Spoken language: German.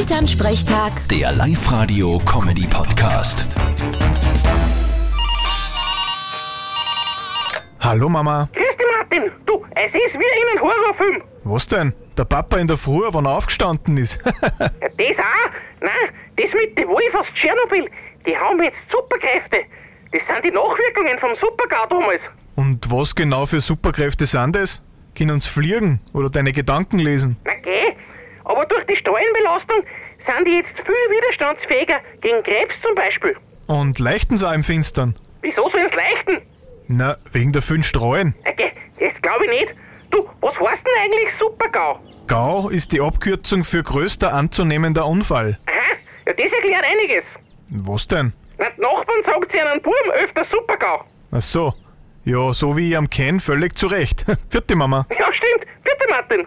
Elternsprechtag, Der Live-Radio-Comedy-Podcast. Hallo Mama, Grüß dich, Martin. Du, es ist wie in einem Horrorfilm. was denn? Der Papa in der Früh, wann er aufgestanden ist. Ja, Das auch? Nein, das mit den Wolf aus Tschernobyl. Die haben jetzt Superkräfte. Das sind die Nachwirkungen vom Supergau damals. Und was genau für Superkräfte sind das? Können uns fliegen oder deine Gedanken lesen? Na geh. Aber durch die Strahlenbelastung sind die jetzt viel widerstandsfähiger gegen Krebs zum Beispiel. Und leichten sie auch im Finstern? Wieso sollen's leichten? Na, wegen der vielen Streuen. Na geh, das glaube ich nicht. Du, was heißt denn eigentlich Supergau? GAU ist die Abkürzung für größter anzunehmender Unfall. Aha, ja, das erklärt einiges. Was denn? Na, die Nachbarn sagt sie einen Buben öfter Supergau. Ach so. Ja, so wie ich am Ken, völlig zurecht. Vierte Mama. Ja, stimmt. Bitte, Martin.